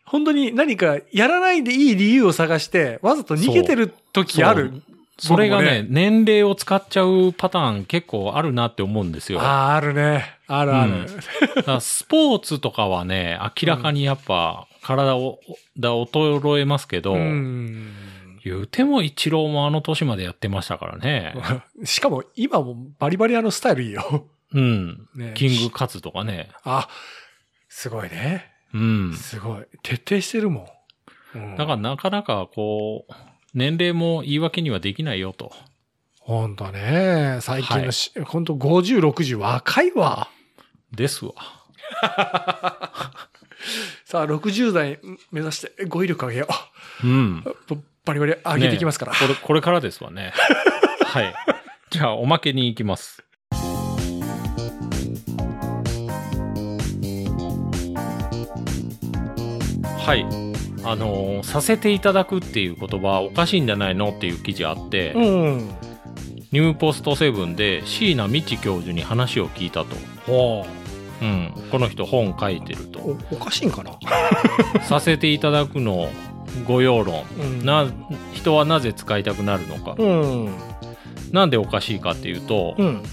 B: 本当に何かやらないでいい理由を探して、わざと逃げてる時ある。
C: それが
B: 僕も
C: ね、年齢を使っちゃうパターン結構あるなって思うんですよ。
B: ああ、あるね。あるある。
C: うんだからスポーツとかはね、明らかにやっぱ体を、だ衰えますけど、
B: うん
C: 言うても一郎もあの年までやってましたからね。
B: しかも今もバリバリあのスタイルいいよ。
C: うん。
B: ね
C: キングカツとかね。
B: あ、すごいね。
C: うん。
B: すごい。徹底してるもん。うん、
C: だからなかなかこう、年齢も言い訳にはできないよと。
B: ほんとね、最近のし、ほんと50、60若いわ。
C: ですわ。
B: さあ、60代目指して語彙力上げよ
C: うん。
B: う。ばバリバリ上げていきますから。
C: ねこれ、これからです わね。はい。じゃあ、おまけに行きます。はい。あのーさせていただくっていう言葉おかしいんじゃないのっていう記事あって、
B: うん。
C: ニューポストセブンで椎名美智教授に話を聞いたと。
B: ほ
C: うん。この人本書いてると。
B: おおかしいんかな、
C: させていただくのご要論。
B: うん
C: な、人はなぜ使いたくなるのか。
B: うん。
C: なんでおかしいかっていうと、
B: うん。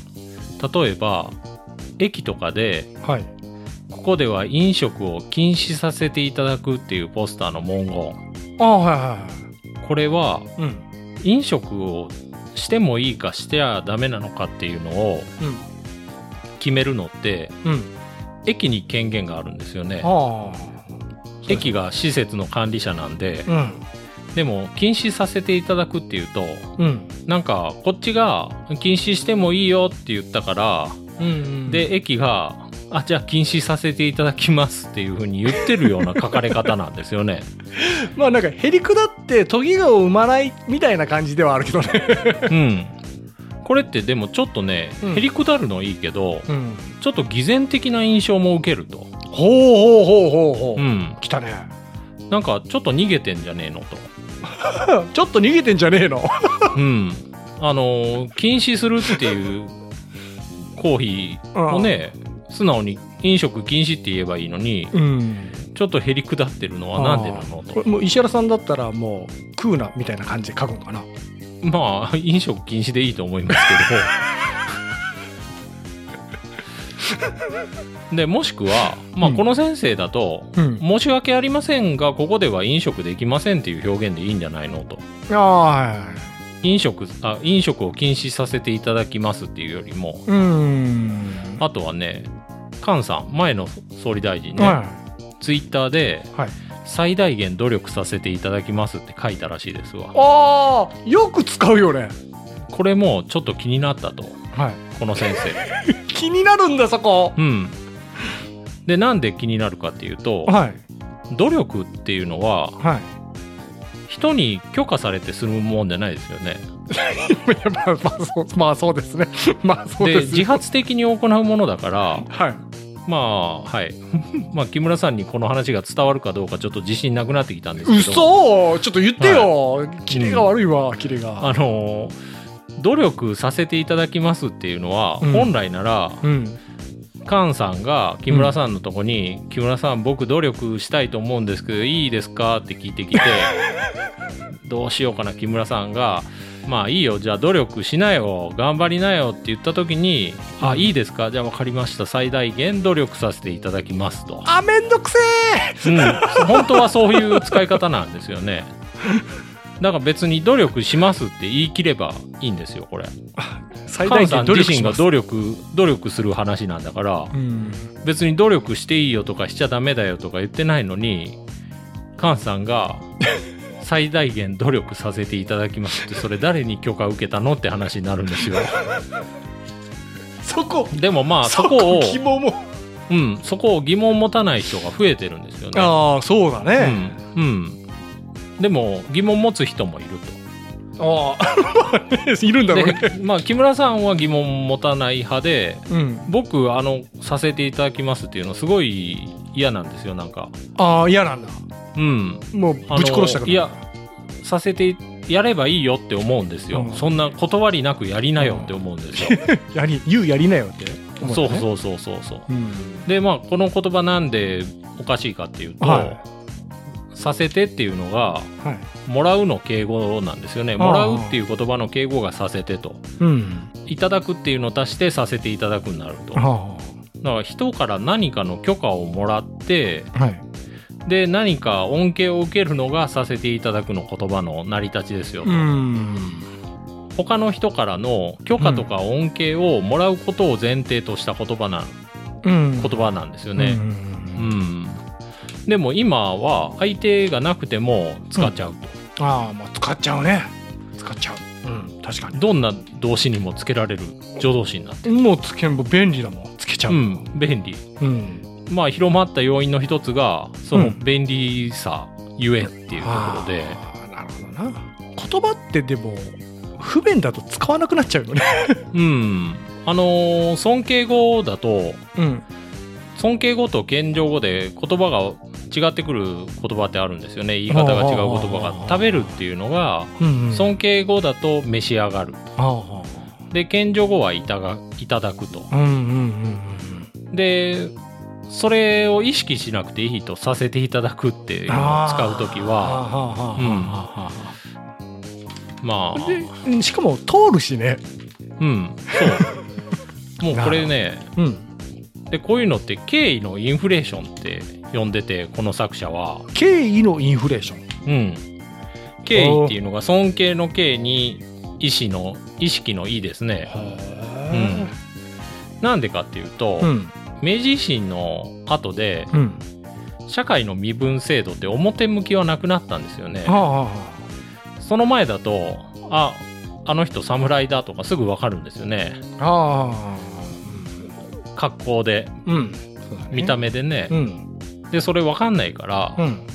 C: 例えば駅とかで
B: はい。
C: ここでは飲食を禁止させていただくっていうポスターの文言
B: ああ、はいはい
C: これは
B: はい。うん。
C: 飲食をしてもいいかしてはダメなのかっていうのを決めるのって
B: うん。うん。
C: 駅に権限があるんですよね
B: あ
C: 駅が施設の管理者なんで
B: あ。うん。
C: でも禁止させていただくっていうと
B: うん。
C: なんかこっちが禁止してもいいよって言ったから
B: うん
C: で、駅が「あじゃあ禁止させていただきます」っていうふうに言ってるような書かれ方なんです よね。
B: まあなんか、へりくだって、トゲが生まないみたいな感じではあるけどね。
C: うん、これってでもちょっとね
B: うん
C: へりくだるのいいけど、
B: うん。
C: ちょっと偽善的な印象も受けると、
B: ほうほうほうほうほう。
C: うん、
B: 来たね。
C: なんかちょっと逃げてんじゃねえの と、
B: ちょっと逃げてんじゃねえの
C: うん、あのー禁止するっていうコーヒーをね素直に飲食禁止って言えばいいのに
B: うん。
C: ちょっとへりくだってるのはなんでなの
B: ことれもう石原さんだったらもう食うなみたいな感じで書くのかな。
C: まあ飲食禁止でいいと思いますけ どで、もしくは、まあ、
B: うん
C: この先生だと、
B: うん
C: 申し訳ありませんが、ここでは飲食できませんっていう表現でいいんじゃないのと。
B: ああ、はいはい。
C: 飲食、あ、飲食を禁止させていただきますっていうよりも、
B: うーん。
C: あとはね、菅さん、前の総理大臣ね、
B: は
C: ツイッターで、
B: はい
C: 最大限努力させていただきますって書いたらしいですわ。
B: ああ、よく使うよね。
C: これもちょっと気になったと、
B: はい。
C: この先生。
B: 気になるんだ、そこ。
C: うん。で、なんで気になるかっていうと、
B: はい。
C: 努力っていうのは、
B: はい。
C: 人に許可されてするもんじゃないですよね。
B: まあ、まあ、そう、まあ、そうですね。 まあ、そう
C: で、
B: です。
C: 自発的に行うものだから、
B: はい。
C: まあ、はい。 まあ、木村さんにこの話が伝わるかどうかちょっと自信なくなってきたんですけど。
B: 嘘ちょっと言ってよ。キレが悪いわ、キレが。
C: あのー努力させていただきますっていうのは、
B: うん
C: 本来なら
B: うん。
C: 菅さんが木村さんのとこに「木村さん僕努力したいと思うんですけどいいですか?」って聞い てきてどうしようかな木村さんが「まあいいよじゃあ努力しなよ頑張りなよ」って言った時に「あいいですかじゃあ分かりました最大限努力させていただきます」 と、
B: あ、めんどくせえ
C: うん、本当はそういう使い方なんですよね。だから別に努力しますって言い切ればいいんですよこれ。
B: 最
C: カ
B: 大
C: ンさ
B: 限
C: ん
B: 努
C: 自
B: 力
C: 身
B: し
C: が
B: ます。
C: 努力努力する話なんだから
B: うん。
C: 別に努力していいよとかしちゃダメだよとか言ってないのにカンさ んが最大限努力させていただきますってそれ誰に許可受けたのって話になるん ですよ
B: そこ、
C: でもまあ
B: そ
C: そこ
B: こ
C: を、
B: 疑問も。
C: うん、そこを疑問を持たない人が増えてるんですよね
B: ああ、そうだ
C: う
B: ね。
C: ん、うん、でも疑問持つ人もいる
B: ああ、 いるんだ
C: と
B: ろう
C: で
B: ね。、
C: まあ、木村さんは疑問持たない派で
B: うん。
C: 僕あのさせていただきますっていうのすごい嫌なんですよなんか
B: ああ、嫌なんだ。
C: うん
B: もう、ぶ
C: あの
B: ち殺したくなる。
C: いやさせてやればいいよって思うんですよ、
B: うん
C: そんな断りなくやりなよって思うんですよ、
B: やり、言うやりなよって 思
C: そう
B: よね。
C: そうそうそうそう
B: うん。
C: でまあこの言葉なんでおかしいかっていうと、
B: は
C: させてっていうのが
B: はい。
C: もらうの敬語なんですよねもらうっていう言葉の敬語がさせてと
B: うん。
C: いただくっていうのを足してさせていただくになるとだか
B: あ
C: ら人から何かの許可をもらって
B: あ、はい。
C: で何か恩恵を受けるのがさせていただくの言葉の成り立ちですよと、
B: うん。
C: 他の人からの許可とか恩恵をもらうことを前提とした言葉な、
B: うん。
C: 言葉なんですよ
B: と
C: ね。うん。でも今は相手がなくても使っちゃうと。
B: ああ、まあ、使っちゃうね。使っちゃう。うん、確かに。
C: どんな動詞にもつけられる助動詞になってる。
B: もうつけんぼ便利だもん。つけちゃう。
C: うん、便利。
B: うん。
C: まあ広まった要因の一つが、そうの
B: ん
C: 便利さゆえっていうところで、
B: ああなるほどな。言葉ってでも、不便だと使わなくなっちゃうよね。
C: うん。あのー尊敬語だと、
B: うん。
C: 尊敬語と謙譲語で言葉が違ってくる言葉ってあるんですよね言い方が違う言葉が食べるっていうのが
B: うん、うん。
C: 尊敬語だと召し上がる
B: ああ。
C: で謙譲語はいたがいただくと
B: うんうんうんうん
C: でそれを意識しなくていいとさせていただくっていうのを使う時は
B: は
C: まあ
B: うんでしかも通るしね
C: うん そうもうこれね
B: うん
C: でこういうのって敬意のインフレーションって呼んでてこの作者は
B: 敬意のインフレーション
C: うん。敬意っていうのが尊敬の敬に意思の意識の意ですね。
B: へ
C: なんでかっていうと、
B: えうん
C: 明治維新の後で
B: うん
C: 社会の身分制度って表向きはなくなったんですよね。
B: はあは
C: その前だとああの人侍だとかすぐわかるんですよね。
B: あはあ
C: 格好で
B: うん
C: 見た
B: 目
C: 目でね
B: う。ん
C: でそれわかんないから、
B: うん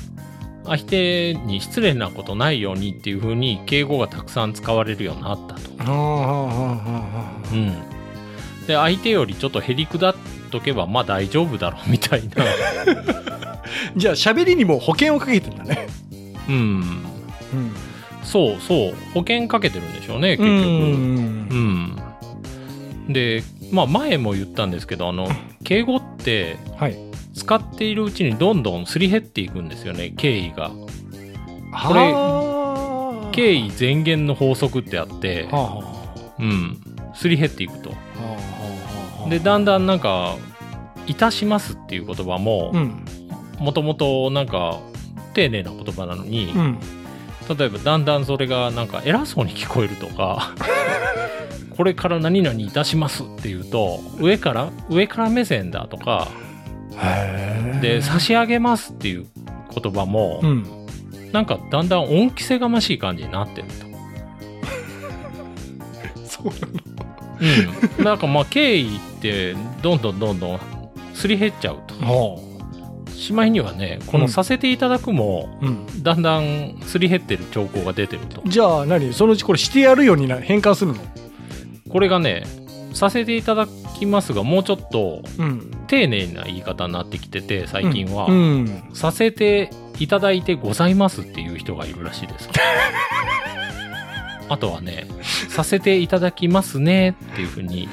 C: 相手に失礼なことないようにっていう風に敬語がたくさん使われるようになったと。
B: はあはあはあ
C: うん、で相手よりちょっとへりくだっとけばまあ大丈夫だろうみた いな、
B: じゃあ喋りにも保険をかけてんだね
C: うん、
B: うん
C: そうそう保険かけてるんでしょうね結
B: う
C: 局、
B: ん
C: うんでまあ前も言ったんですけどあの敬語って
B: はい
C: 使っているうちにどんどんすり減っていくんですよね敬意が
B: こ
C: れ
B: れ
C: 敬意前言の法則ってあって
B: はあはあは
C: うんすり減っていくと
B: あはあはあ
C: でだんだんなんか「いたします」っていう言葉も
B: うん。
C: もともとなんか丁寧な言葉なのに、
B: うん。
C: 例えばだんだんそれがなんか偉そうに聞こえるとかこれから何々いたしますっていうと上から上から目線だとか
B: へ
C: で差し上げますっていう言葉も、
B: うん。
C: なんかだんだん恩着せがましい感じになってると。
B: そう
C: うん、なんかまあ敬意ってどんどんどんどんすり減っちゃうと。
B: ほ
C: しまいにはねこの「させていただく」も
B: う。うん。
C: だんだんすり減ってる兆候が出てると。
B: じゃあ何そのうちこれしてやるようにな変換するの
C: これがね「させていただきます」がもうちょっと
B: うん。
C: 丁寧な言い方になってきてて最近は、
B: うん。
C: させていただいてございますっていう人がいるらしいです あとはねさせていただきますねっていうふうに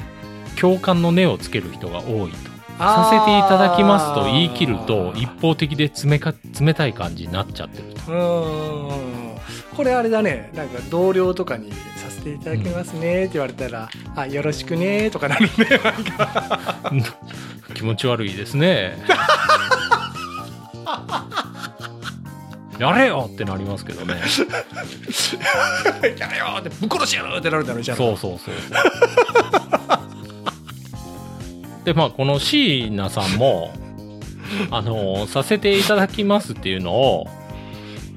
C: 共感の根をつける人が多いとさせていただきますと言い切ると一方的で冷か冷たい感じになっちゃってると
B: うーんこれあれだねなんか同僚とかに「させていただきますね」って言われたら「あよろしくね」とかなるね
C: 気持ち悪いで すねやれよってなりますけどね
B: やれよってぶっ殺してやるってなるだろうじゃん
C: そうそうそう そうでまあこの椎名さ んもあのさせていただきますっていうのを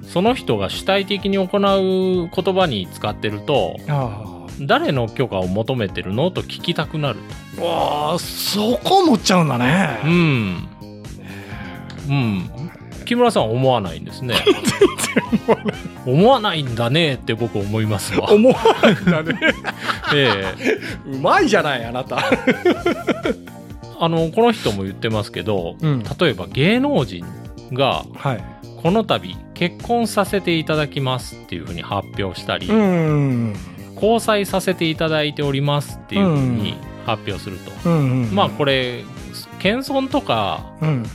C: その人が主体的に行う言葉に使ってると
B: あ
C: 誰の許可を求めてるのと聞きたくなる
B: ーわあそこ乗っちゃうんだ
C: とう
B: ね
C: んうん木村さんは思わないん ですね思わないんだねって僕思いますわ、
B: 思わないんだね
C: ええ
B: うまいじゃないあなた
C: あのこの人も言ってますけど、
B: うん
C: 例えば芸能人が
B: はい
C: この度結婚させていただきますっていうふうに発表したり、
B: うん
C: 交際させていただいておりますっていうふうに発表すると、
B: うん
C: まあこれ謙遜とか
B: れうん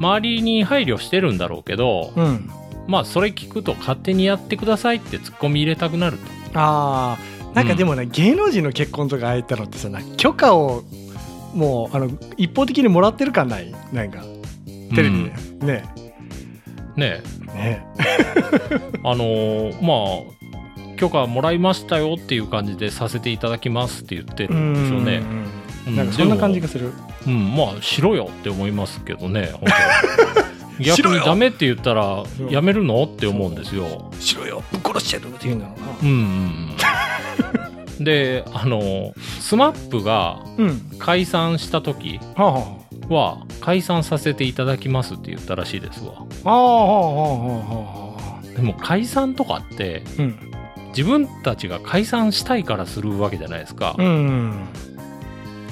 C: 周りに配慮してるんだろうけど、
B: うん
C: まあそれ聞くと勝手にやってくださいってツッコミ入れたくなると
B: あーなんかでもね、芸能人の結婚とかああいったのってさなんか許可をもうあの一方的にもらってる感ないなんかテレビで、ね
C: うんね
B: ね
C: えあのーまあ許可もらいましたよっていう感じでさせていただきますって言ってるんでしょうね
B: うんなんかそんな感じがする
C: うん、まあしろよって思いますけどね本 当に
B: しろ
C: 逆
B: よ
C: にダメって言ったら
B: うん
C: やめるのって思うんですよ
B: 「しろよぶっ殺してやる」って言うんだろうな
C: うんうんうんであの SMAP が
B: うん
C: 解散した時
B: はあは
C: は解散させていただきますって言ったらしいですわ
B: あはあはあはあはあ
C: でも解散とかって
B: うん
C: 自分たちが解散したいからするわけじゃないですか、
B: うん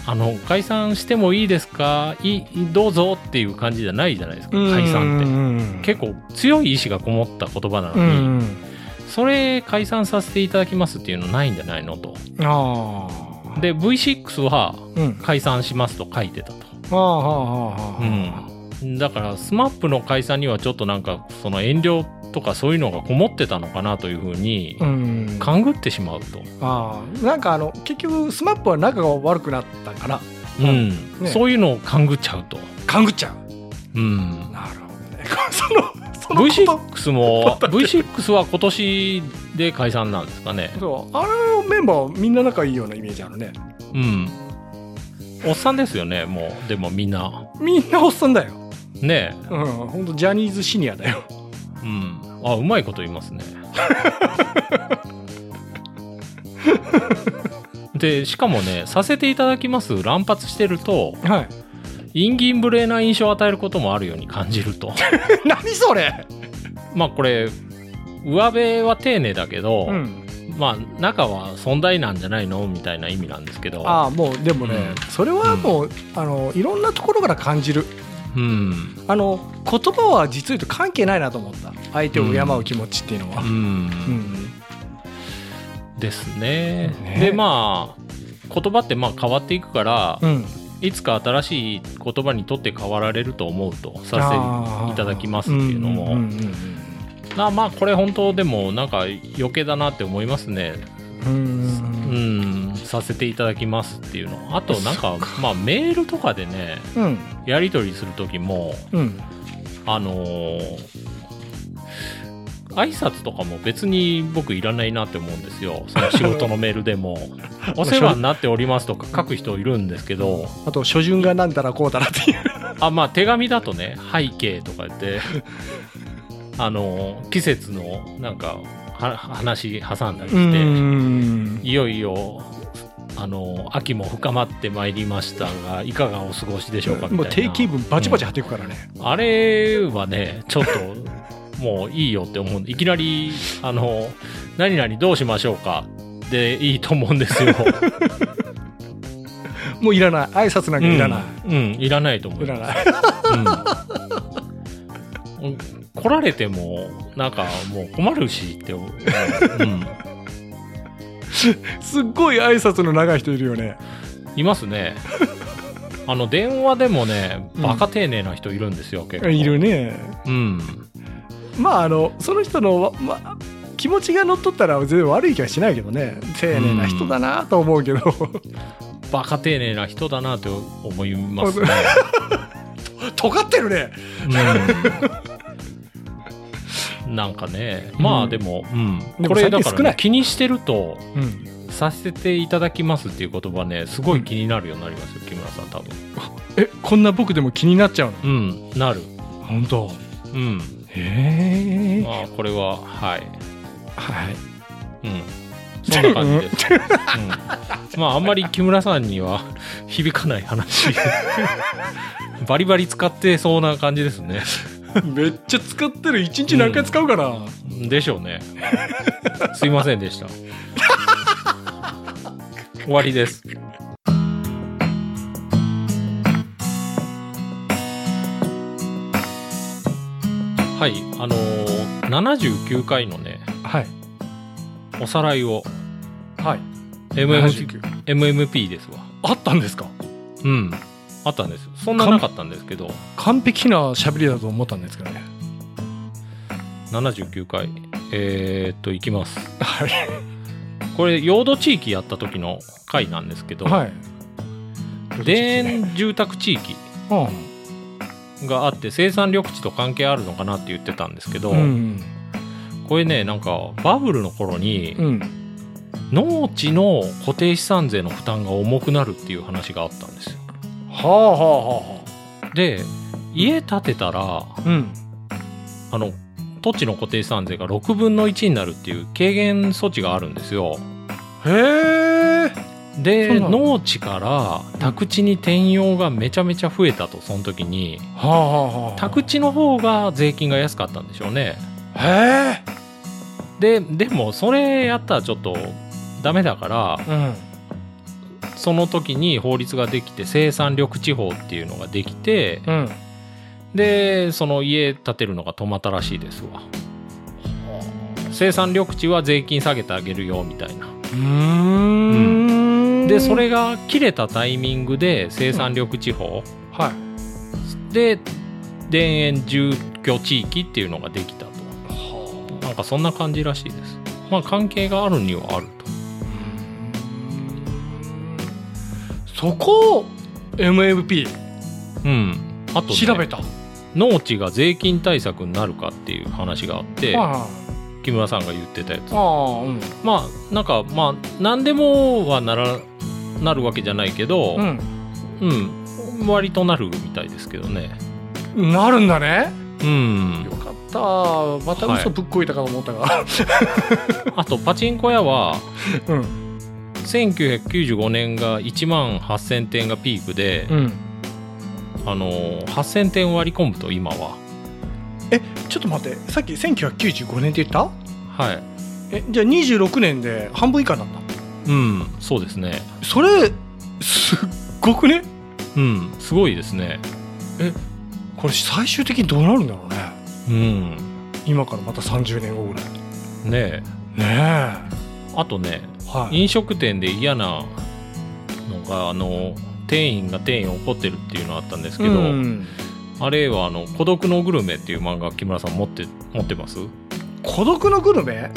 C: あの解散してもいいですかいいどうぞっていう感じじゃないじゃないですか
B: うん
C: 解散って
B: うん
C: 結構強い意志がこもった言葉なの
B: う
C: に、
B: ん
C: それ解散させていただきますっていうのないんじゃないのと。
B: ああ
C: で V6 は
B: うん
C: 解散しますと書いてたと。
B: はあはあはあはあ
C: うん、だから SMAP の解散にはちょっとなんかその遠慮とかそういうのがこもってたのかなというふうに
B: うん
C: 勘ぐってしまうと、
B: ああなんかあの結局スマップは仲が悪くなったから
C: うん
B: ね
C: そういうのを勘ぐっちゃうと。
B: 勘ぐっちゃう
C: うん、
B: なるほどね そのそのこと
C: V6 も V6 は今年で解散なんですかね。
B: そうあれのメンバーみんな仲いいようなイメージあるね
C: うん、おっさんですよねもうでもみんな。
B: みんなおっさんだよ
C: ねえ
B: うん本当ジャニーズシニアだよ
C: うん、あうまいこと言いますねでしかもね「させていただきます」乱発してると
B: はい
C: 陰銀無礼な印象を与えることもあるように感じると
B: 何それ
C: まあこれ上辺は丁寧だけど、
B: うん
C: まあ中は存在なんじゃないのみたいな意味なんですけど
B: ああもうでもね、
C: う
B: それはもう、あのいろんなところから感じる
C: うん
B: あの言葉は実を言うと関係ないなと思った相手を敬う気持ちっていうのは
C: う
B: うんん
C: ですね
B: ね
C: でまあ言葉ってまあ変わっていくから、
B: うん
C: いつか新しい言葉にとって変わられると思うとさせ
B: ああ
C: いただきますっていうのも
B: んん
C: なまあこれ本当でもなんか余計だなって思いますね
B: うんうんうんうん
C: うんさせていただきますっていうのあとなんかまあメールとかでね
B: うん。
C: やり取りする時も
B: うん。
C: あのー挨拶とかも別に僕いらないなって思うんですよその仕事のメールで もお世話になっておりますとか書く人いるんですけど
B: あと、初順がなんたらこうたらっていう。
C: あまあ手紙だとね背景とか言ってあの季節のなんかは話挟んだりして、
B: ん。
C: いよいよあの秋も深まってまいりましたがいかがお過ごしでしょうかみたい
B: も
C: な
B: う定期文バチバチ貼っていくからね。
C: あれはね、ちょっと、もういいよって思うんで、いきなり、あの、何々どうしましょうかでいいと思うんですよ。
B: もういらない。挨拶なんか いらない。
C: うん。うんいらないと思う。
B: いらない。
C: うん。来られても、なんかもう困るしって思う。うん。
B: すっごい挨拶の長い人いるよね。
C: いますね。あの、電話でもね、バカ丁寧な人いるんですよ、結構。
B: いる。ね。
C: うん。
B: まあ、あの、その人の、ま、気持ちが乗っとったら全然悪い気はしないけどね。丁寧な人だなと思うけど。
C: バカ丁寧な人だなと思い ますね。
B: 尖ってるね。
C: なんかね、
B: ん
C: まあでも、うん
B: でも
C: これだ
B: 最
C: か
B: 近少
C: らね、
B: ない
C: 気にしてると、
B: うん。
C: させていただきますっていう言葉ね、すごい気になるようになりますよ、木村さん、多分。
B: え、こんな僕でも気になっちゃうの
C: うん、なる。
B: 本当。
C: うん。
B: へえ。
C: まあ、これは、はい。
B: はい。
C: うん。そんな感じです。うん、まあ、あんまり木村さんには 響かない話。 バリバリ使ってそうな感じですね。
B: めっちゃ使ってる一日何回使うかな、
C: でしょうね。すいませんでした。終わりです。はい、あのー、79回のね、
B: はい
C: おさらいを、
B: はい
C: MM MMP ですわ。
B: あったんですか
C: うん。あったんですよ。そんななかったんですけど、
B: 完璧な喋りだと思ったんですけどね
C: 79回、えー、っと、いきます。
B: はい
C: これ、陽土地域やった時の回なんですけど、
B: はい
C: 田園住宅地域があって生産緑地と関係あるのかなって言ってたんですけど、
B: うん
C: これねなんかバブルの頃に
B: うん
C: 農地の固定資産税の負担が重くなるっていう話があったんですよ。
B: はあはあは
C: で家建てたら
B: あうん
C: あの土地の固定資産税が6分の1になるっていう軽減措置があるんですよ。
B: へえそう
C: で
B: なの
C: 農地から宅地に転用がめちゃめちゃ増えたとその時に
B: はあはあはあ
C: 宅地の方が税金が安かったんでしょうね。
B: へ
C: ででもそれやったらちょっとダメだから
B: えうん
C: その時に法律ができて生産緑地法っていうのができて
B: うん
C: でその家建てるのが止まったらしいですわ生産緑地は税金下げてあげるよみたいな
B: うん
C: でそれが切れたタイミングで生産緑地法
B: はい
C: で田園住居地域っていうのができたとなんかそんな感じらしいですまあ関係があるにはある
B: そこを MMP
C: とうんあと、ね、
B: 調べた、
C: 農地が税金対策になるかっていう話があって、
B: は
C: 木村さんが言ってたやつ
B: あああうん
C: まあなんかまあ何でもはならなるわけじゃないけど、
B: う
C: うん割となるみたいですけどね
B: ん、なるんだね
C: うん
B: よかったまた嘘ぶっこいたかと思ったが、
C: あとパチンコ屋は
B: うん
C: 1995年が1万8000点がピークで、
B: うん
C: あのー8000点割り込むと今は
B: ちょっと待ってさっき1995年って言った
C: はい
B: えじゃあ26年で半分以下なんだ
C: うんそうですね
B: それすっごくね
C: うんすごいですね
B: これ最終的にどうなるんだろうね
C: うん
B: 今からまた30年後ぐらい
C: ねえ
B: ね
C: あとね
B: えはい
C: 飲食店で嫌なのがあの店員が店員を怒ってるっていうのあったんですけど、
B: うん
C: あれはあの「孤独のグルメ」っていう漫画木村さん持って持ってます
B: 孤独のグルメ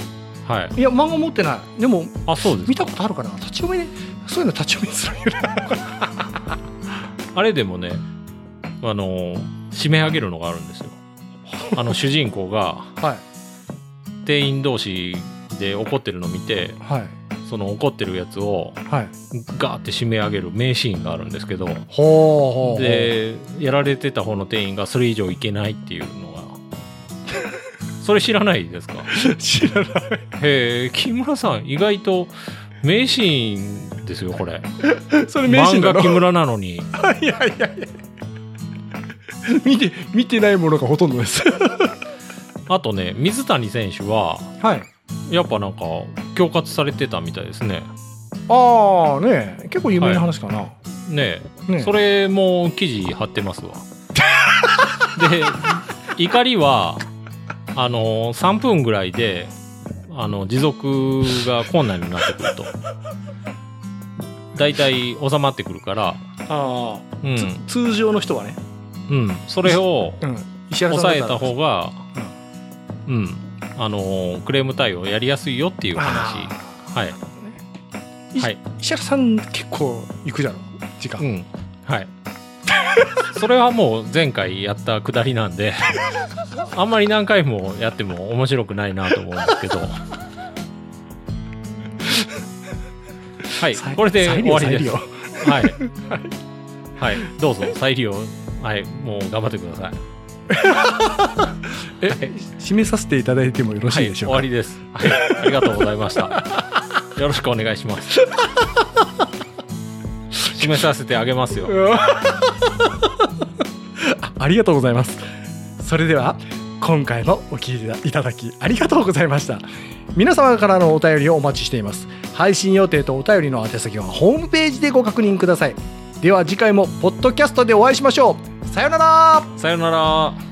C: はい。
B: いや漫画持ってないでも
C: あ、そうです。
B: 見たことあるかな立ち読みでそういうの立ち読みするよな
C: あれでもね、あの、締め上げるのがある んですよ。あの、主人公が
B: はい
C: 店員同士で怒ってるの見て、
B: はい
C: その怒ってるやつを
B: はい
C: ガーって締め上げる名シーンがあるんですけど、
B: ほうほうほう
C: で、やられてた方の店員がそれ以上いけないっていうのが、 それ知らないですか
B: 知らない
C: へえ、木村さん、意外と名シーンですよ、これ。
B: それ名刺
C: 漫
B: な
C: 画
B: の
C: 木村なのに。
B: いやいやいや見て見てないものがほとんどです
C: あとね、水谷選手は、
B: はい
C: やっぱなんか、恐喝されてたみたいですね。
B: ああねえ結構有名な話かな、
C: ねえ、
B: ねえ
C: それも記事貼ってますわ。 で、怒りは、あの、3分ぐらいで、あの、持続が困難になってくると。大体収まってくるから、
B: ああ
C: うん、
B: 通常の人はね、
C: うん、それを、
B: うん、石原さん
C: 抑
B: だったら
C: えた方が、うん、あのークレーム対応やりやすいよっていう話。
B: あ
C: はい。
B: ーい
C: はい。
B: 石原さん結構行くじゃろ時間、
C: うん。はい。 それはもう前回やったくだりなん で、あんまり何回もやっても面白くないなと思うんですけど。はい。
B: 再
C: これで終わりで
B: 再
C: す。
B: 利用
C: は
B: 再利用
C: い。 はい。どうぞ、再利用。はい。もう頑張ってくだ さい。
B: 締めさせていただいてもよろし
C: はいい、
B: でし
C: 終
B: ょうか、
C: わりです。はい、ありがとうございました。よろしくお願い します。締めさせてあげますよ。
B: うわあありがとうございますそれでは今回もお聞きいただきありがとうございました皆様からのお便りをお待ちしています配信予定とお便りの宛先はホームページでご確認くださいでは次回もポッドキャストでお会いしましょうさようなら
C: さよなら。